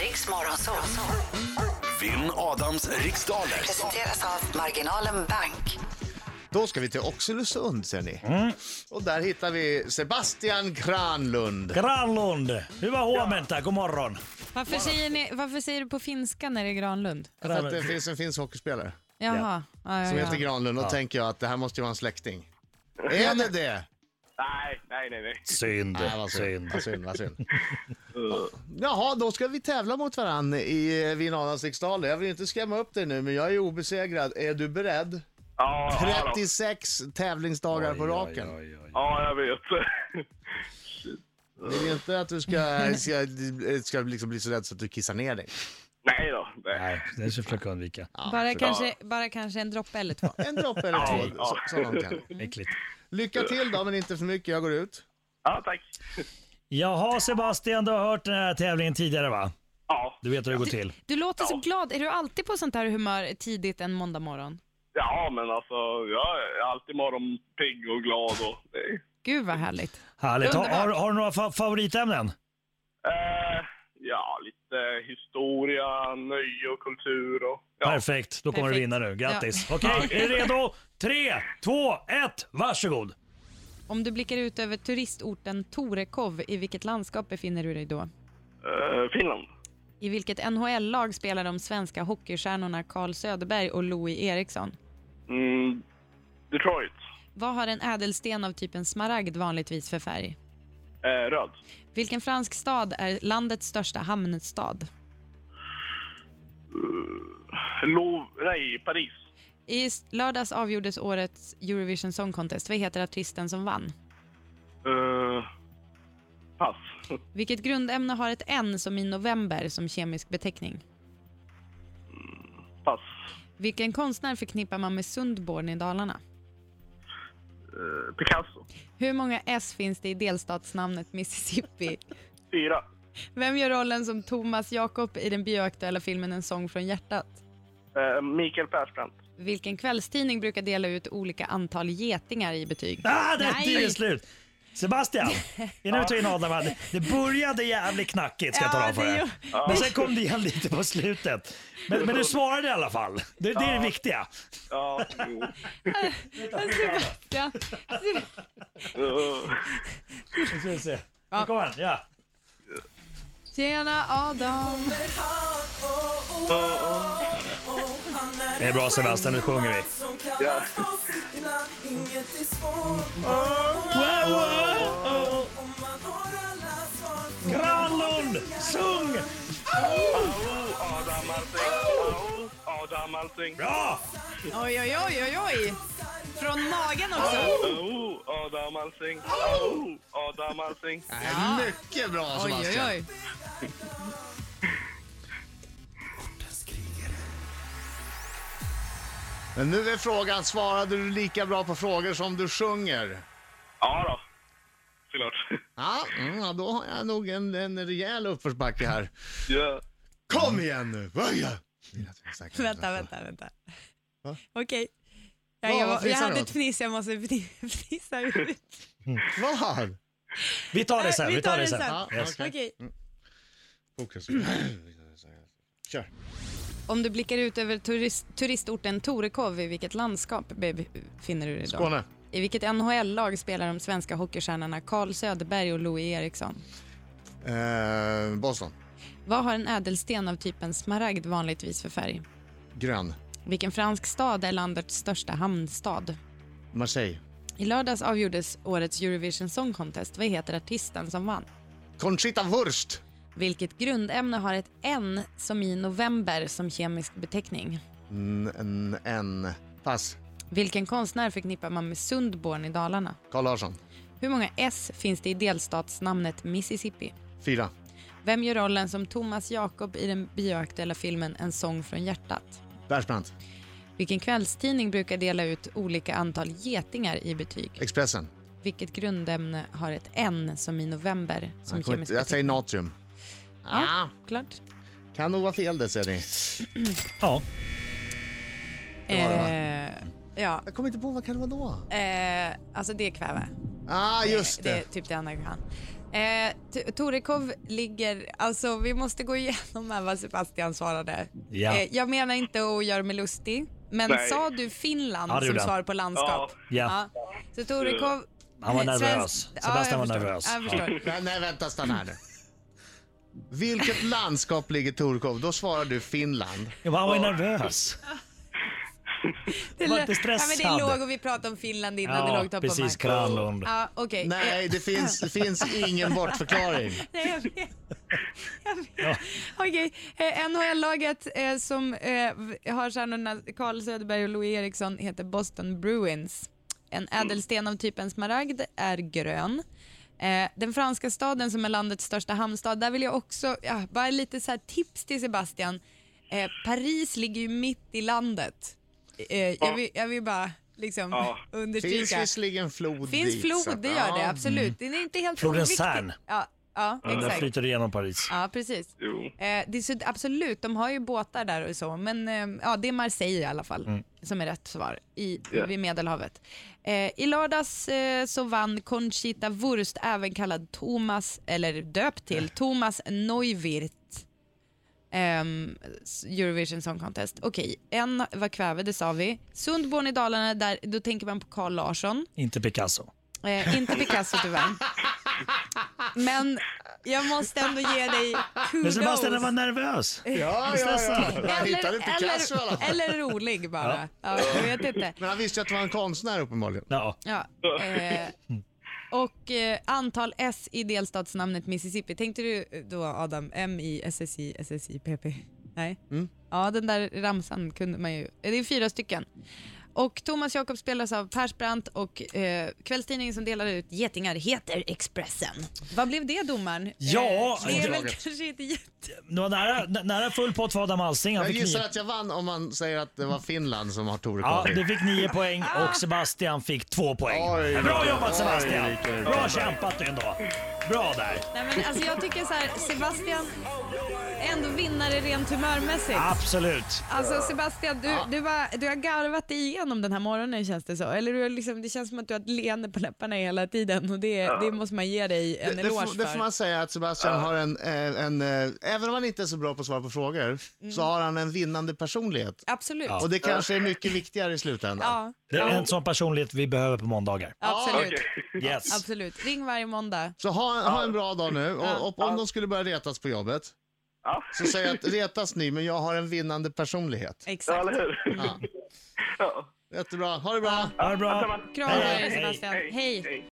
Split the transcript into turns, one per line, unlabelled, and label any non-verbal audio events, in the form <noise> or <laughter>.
Riks Morgonzoo.
Vinn Adams riksdaler.
Presenteras av Marginalen Bank.
Då ska vi till Oxelösund ser ni. Och där hittar vi Sebastian Kranlund.
Granlund! Hyvää huomenta, god morgon.
Varför säger, ni, varför säger du på finska när det är Granlund?
För att det finns en finsk hockeyspelare
Jaha. Ja, ja,
som
ja.
heter Granlund. Då tänker jag att det här måste ju vara en släkting. Är det det?
Nej, nej, nej. nej.
Synd,
Äh,
Nej, vad synd.
synd.
Vad synd, vad synd. Jaha, då ska vi tävla mot varann i eh, Vinanas riksdaler. Jag vill inte skrämma upp dig nu, men jag är obesegrad. Är du beredd?
Ja, ja, då.
36 tävlingsdagar på raken.
Oj, oj, oj.
ja, jag vet. <laughs>
Det är ju inte att du ska, <laughs> ska, ska liksom bli så rädd så att du kissar ner dig.
Nej då. Nej.
Nej, det ska jag försöka undvika.
Bara, kanske, bara kanske en droppe eller två.
En droppe eller
Ja,
två,
ja.
så, så långt kan.
Äckligt.
Lycka till då, men inte för mycket. Jag går ut.
Ja, tack.
Jaha Sebastian, du har hört den här tävlingen tidigare va?
Ja,
Du vet hur det går till?
Du låter så glad. Är du alltid på sånt här humör tidigt en måndag morgon?
ja men alltså, jag är alltid morgonpigg och glad. Och, nej.
Gud vad härligt.
Härligt. Har, har,
Underbart.
har du några fa- favoritämnen?
Eh, ja, lite historia, nöje och kultur. Och, ja.
Perfekt, då kommer du
Perfekt.
vinna nu. Grattis.
Ja.
Okej, är du redo? Tre, två, ett, varsågod.
Om du blickar ut över turistorten Torekov, i vilket landskap befinner du dig då?
Eh, Finland.
I vilket NHL-lag spelar de svenska hockeystjärnorna Carl Söderberg och Louis Eriksson?
Mm, Detroit.
Vad har en ädelsten av typen smaragd vanligtvis för färg?
Eh, röd.
Vilken fransk stad är landets största hamnstad?
Lov... Nej, Paris.
I s- lördags avgjordes årets Eurovision Song Contest. Vad heter artisten som vann?
Eh, pass. <laughs>
Vilket grundämne har ett N som i november som kemisk beteckning?
Pass.
Vilken konstnär förknippar man med Sundborn i Dalarna?
Eh, Picasso.
Hur många S finns det i delstatsnamnet Mississippi?
Fyra.
Vem gör rollen som Thomas Jakob i den bioaktuella filmen En sång från hjärtat?
Eh, Mikael Persbrandt.
Vilken kvällstidning brukar dela ut olika antal getingar i betyg?
Ah, det är
Nej.
tiden slut. Sebastian, innan vi tar in Adam. hade- Det började jävligt knackigt ska jag tala
Ja,
om för
det
dig.
gör-
Men sen kom det igen lite på slutet. Men, men du svarade i alla fall. Det, det är det viktiga.
Ja, jo.
Ja.
Eh,
Nu ska vi se. Nu kommer han. Ja.
Tjena Adam!
Det är bra Sebastian, nu sjunger vi.
Ja.
Granlund, sjung!
Adam Alsing. Adam Alsing.
Bra!
Oj, oj, oj, oj, oj! Från magen också.
Oh, Adam Alsing. Oh, Adam Alsing.
Nej, mycket bra
Oj, oj,
Sebastian.
oj.
Men nu är frågan, svarade du lika bra på frågor som du sjunger?
Ja då. Såklart.
Ja, mm, ja, då har jag nog en, en rejäl uppförsbacke här.
Ja.
Kom igen nu, börja!
Vänta, vänta, vänta.
Alltså. Va?
Okej.
Ja,
Jag, jag,
vad
jag
fnissar du
hade
åt?
ett fniss, jag måste <laughs> fni- fnissa ut.
Vad?
Vi tar det sen. Vi tar det sen.
Ja,
Yes.
okej. Mm.
Okej.
Fokus. <clears throat> Kör.
Om du blickar ut över turist, turistorten Torekov, i vilket landskap be- befinner du dig då?
Skåne.
I vilket NHL-lag spelar de svenska hockeystjärnorna Carl Söderberg och Louis Eriksson?
Eh, Boston.
Vad har en ädelsten av typen smaragd vanligtvis för färg?
Grön.
Vilken fransk stad är landets största hamnstad?
Marseille.
I lördags avgjordes årets Eurovision Song Contest. Vad heter artisten som vann?
Conchita Wurst.
Vilket grundämne har ett N som i november som kemisk beteckning?
Mm, en, en. Pass.
Vilken konstnär förknippar man med Sundborn i Dalarna?
Carl Larsson.
Hur många S finns det i delstatsnamnet Mississippi?
Fyra.
Vem gör rollen som Thomas Jakob i den bioaktuella filmen En sång från hjärtat?
Persbrandt.
Vilken kvällstidning brukar dela ut olika antal getingar i betyg?
Expressen.
Vilket grundämne har ett N som i november som
Jag kommer
kemisk
inte- jag
beteckning?
säger natrium.
Ja, klart.
Kan nog vara fel det ser ni.
Ja.
Eh, ja,
Jag kommer inte på vad kan det vara då?
eh, alltså det är kväve.
Ah just det.
Det är typ det enda jag kan. Eh, T- Torekov ligger, alltså vi måste gå igenom här vad Sebastian svarade.
Ja.
Eh, jag menar inte att göra mig lustig, men
Nej.
sa du Finland
Ja, det
som
gjorde jag.
svar på landskap?
Ja.
Så Torekov...
Han var
Nej,
nervös.
Ja,
Sebastian
jag
var
förstår.
nervös.
Ja, Jag förstår.
Nej, nej, vänta, stanna här nu. Vilket landskap ligger Torekov? Då svarar du Finland.
Ja, men han var ju nervös. Var inte
Det, lå- ja, men
stressad.
det låg och vi pratade om Finland innan,
Ja,
det låg toppen
precis, Kranlund.
Ja, okej.
Nej, det finns, det finns ingen
<laughs>
bortförklaring.
Nej, jag
<laughs>
vet. Jag vet. Okej, eh, NHL-laget eh, som eh, v- har stjärnorna Carl Söderberg och Louis Eriksson heter Boston Bruins. En
Mm.
ädelsten av typen smaragd är grön. Eh, den franska staden som är landets största hamnstad, där vill jag också, ja, bara lite så här tips till Sebastian. Eh, Paris ligger ju mitt i landet. Eh, jag, vill, jag vill bara liksom
Ja.
Finns
understryka.
visserligen flod
Finns
dit, så
flod,
att-
det gör det
ja. Mm.
absolut. Det är inte helt
Floden
oviktigt.
Seine.
Ja, ja
Den där
exakt.
flyter igenom Paris.
Ja, precis.
Jo.
Eh, det är så, absolut, de har ju båtar där och så, men eh, ja, det är Marseille i alla fall som är rätt svar i,
Ja.
vid Medelhavet. Eh, I lördags eh, så vann Conchita Wurst, även kallad Thomas, eller döpt till Thomas Neuwirth, ehm, s- Eurovision Song Contest. Okej, en var kväve, det sa vi. Sundborn i Dalarna, där, då tänker man på Carl Larsson.
Inte Picasso.
Eh, inte Picasso tyvärr. Men jag måste ändå ge dig kudos.
Men Sebastian han var nervös.
Ja, ja, ja. Han hittade inte Picasso i alla
eller,
fall.
eller rolig bara. Ja. jag vet inte.
Men han visste ju att det var en konstnär uppenbarligen.
Ja.
Ja, eh, och eh, antal S i delstatsnamnet Mississippi. Tänkte du eh, då Adam, M i SSI SSI PP? Nej? Ja, den där ramsan kunde man ju. eh, Det är fyra stycken. Och Thomas Jakob spelas av Persbrandt och eh, kvällstidningen som delar ut getingar heter Expressen. Vad blev det domaren?
Ja,
eh, det är väl
draget.
kanske inte jätte...
Det var nära, nä- nära full pott för Adam Alsing. Han
Jag
fick
gissar
nio.
att jag vann om man säger att det var Finland som har
Ja,
Torekov.
du fick nio poäng och Sebastian fick två poäng.
Oj,
Bra
oj,
jobbat
oj,
Sebastian!
vilken-
Bra kämpat du ändå. Bra där.
Nej men alltså jag tycker så här, Sebastian är ändå vinnare rent humörmässigt.
Absolut.
Alltså Sebastian, du, du, var, du har garvat dig igenom den här morgonen känns det så. Eller du har liksom, det känns som att du har ett leende på läpparna hela tiden och det, det måste man ge dig en
Det, det,
eloge
får, det
för.
får man säga att Sebastian har en, en, en, eh, även om han inte är så bra på att svara på frågor,
Mm.
så har han en vinnande personlighet.
Absolut. Ja.
Och det kanske är mycket viktigare i slutändan.
Det är en sån personlighet vi behöver på måndagar.
absolut.
Okej.
Yes.
Absolut. Ring varje måndag.
Så ha, ha en bra dag nu. Och, och om de skulle börja retas på jobbet,
Ja.
så säg att retas ni, men jag har en vinnande personlighet.
Ja,
Exakt.
eller hur?
Ja.
Ja.
Jättebra. Ha det bra.
Ha det bra.
Kram på
Alltså,
Hej,
dig
hej,
Sebastian. Hej.
Hej.